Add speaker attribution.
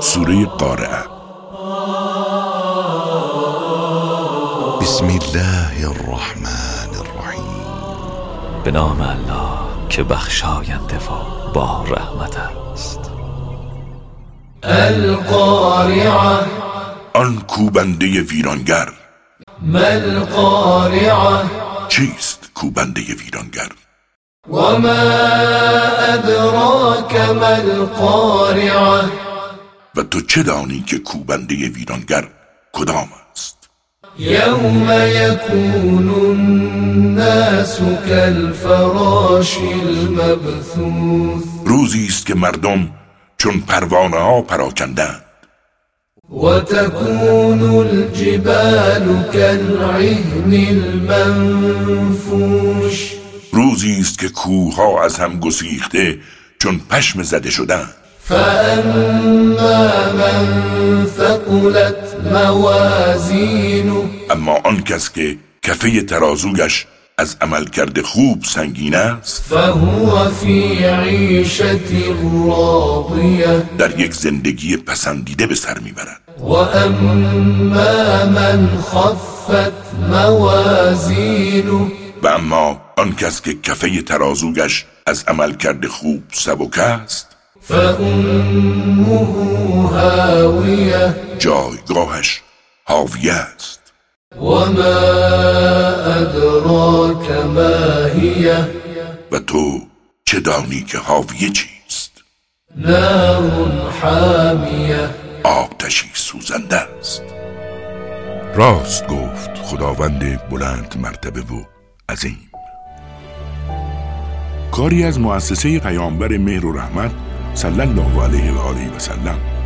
Speaker 1: سوره قارعه
Speaker 2: بسم الله الرحمن الرحیم
Speaker 3: به نام الله که بخشاینده و با رحمت است
Speaker 4: القارعة
Speaker 1: آن کوبنده ویرانگر
Speaker 4: ما القارعة
Speaker 1: چیست کوبنده ویرانگر
Speaker 4: وما أدراك ما القارعة
Speaker 1: و تو چه دانی که کوبنده ویرانگر کدام است
Speaker 4: يوم يكون الناس كالفراش المبثوث
Speaker 1: روزی است که مردم چون پروانه ها پراکندند
Speaker 4: وتكون الجبال كالعهن المنفوش
Speaker 1: روزی است که کوه ها از هم گسیخته چون پشم زده شدند
Speaker 4: فأما من ثقلت موازينه
Speaker 1: اما آن کس که کفه ترازویش از عمل کرده خوب سنگین است
Speaker 4: فهو في عيشة راضية
Speaker 1: در یک زندگی پسندیده به سر میبرد
Speaker 4: وأما من خفت موازينه
Speaker 1: و اما آن کس که کفه ترازویش از عمل کرده خوب سبک است
Speaker 4: فأمه هاوية
Speaker 1: جایگاهش حاویه است
Speaker 4: وما أدراك ما هي
Speaker 1: و تو چه دانی که حاویه چیست
Speaker 4: نار حامية
Speaker 1: آتشی سوزنده است راست گفت خداوند بلند مرتبه و عظیم کاری از مؤسسه پیامبر مهر و رحمت صلی الله علیه و آله و سلم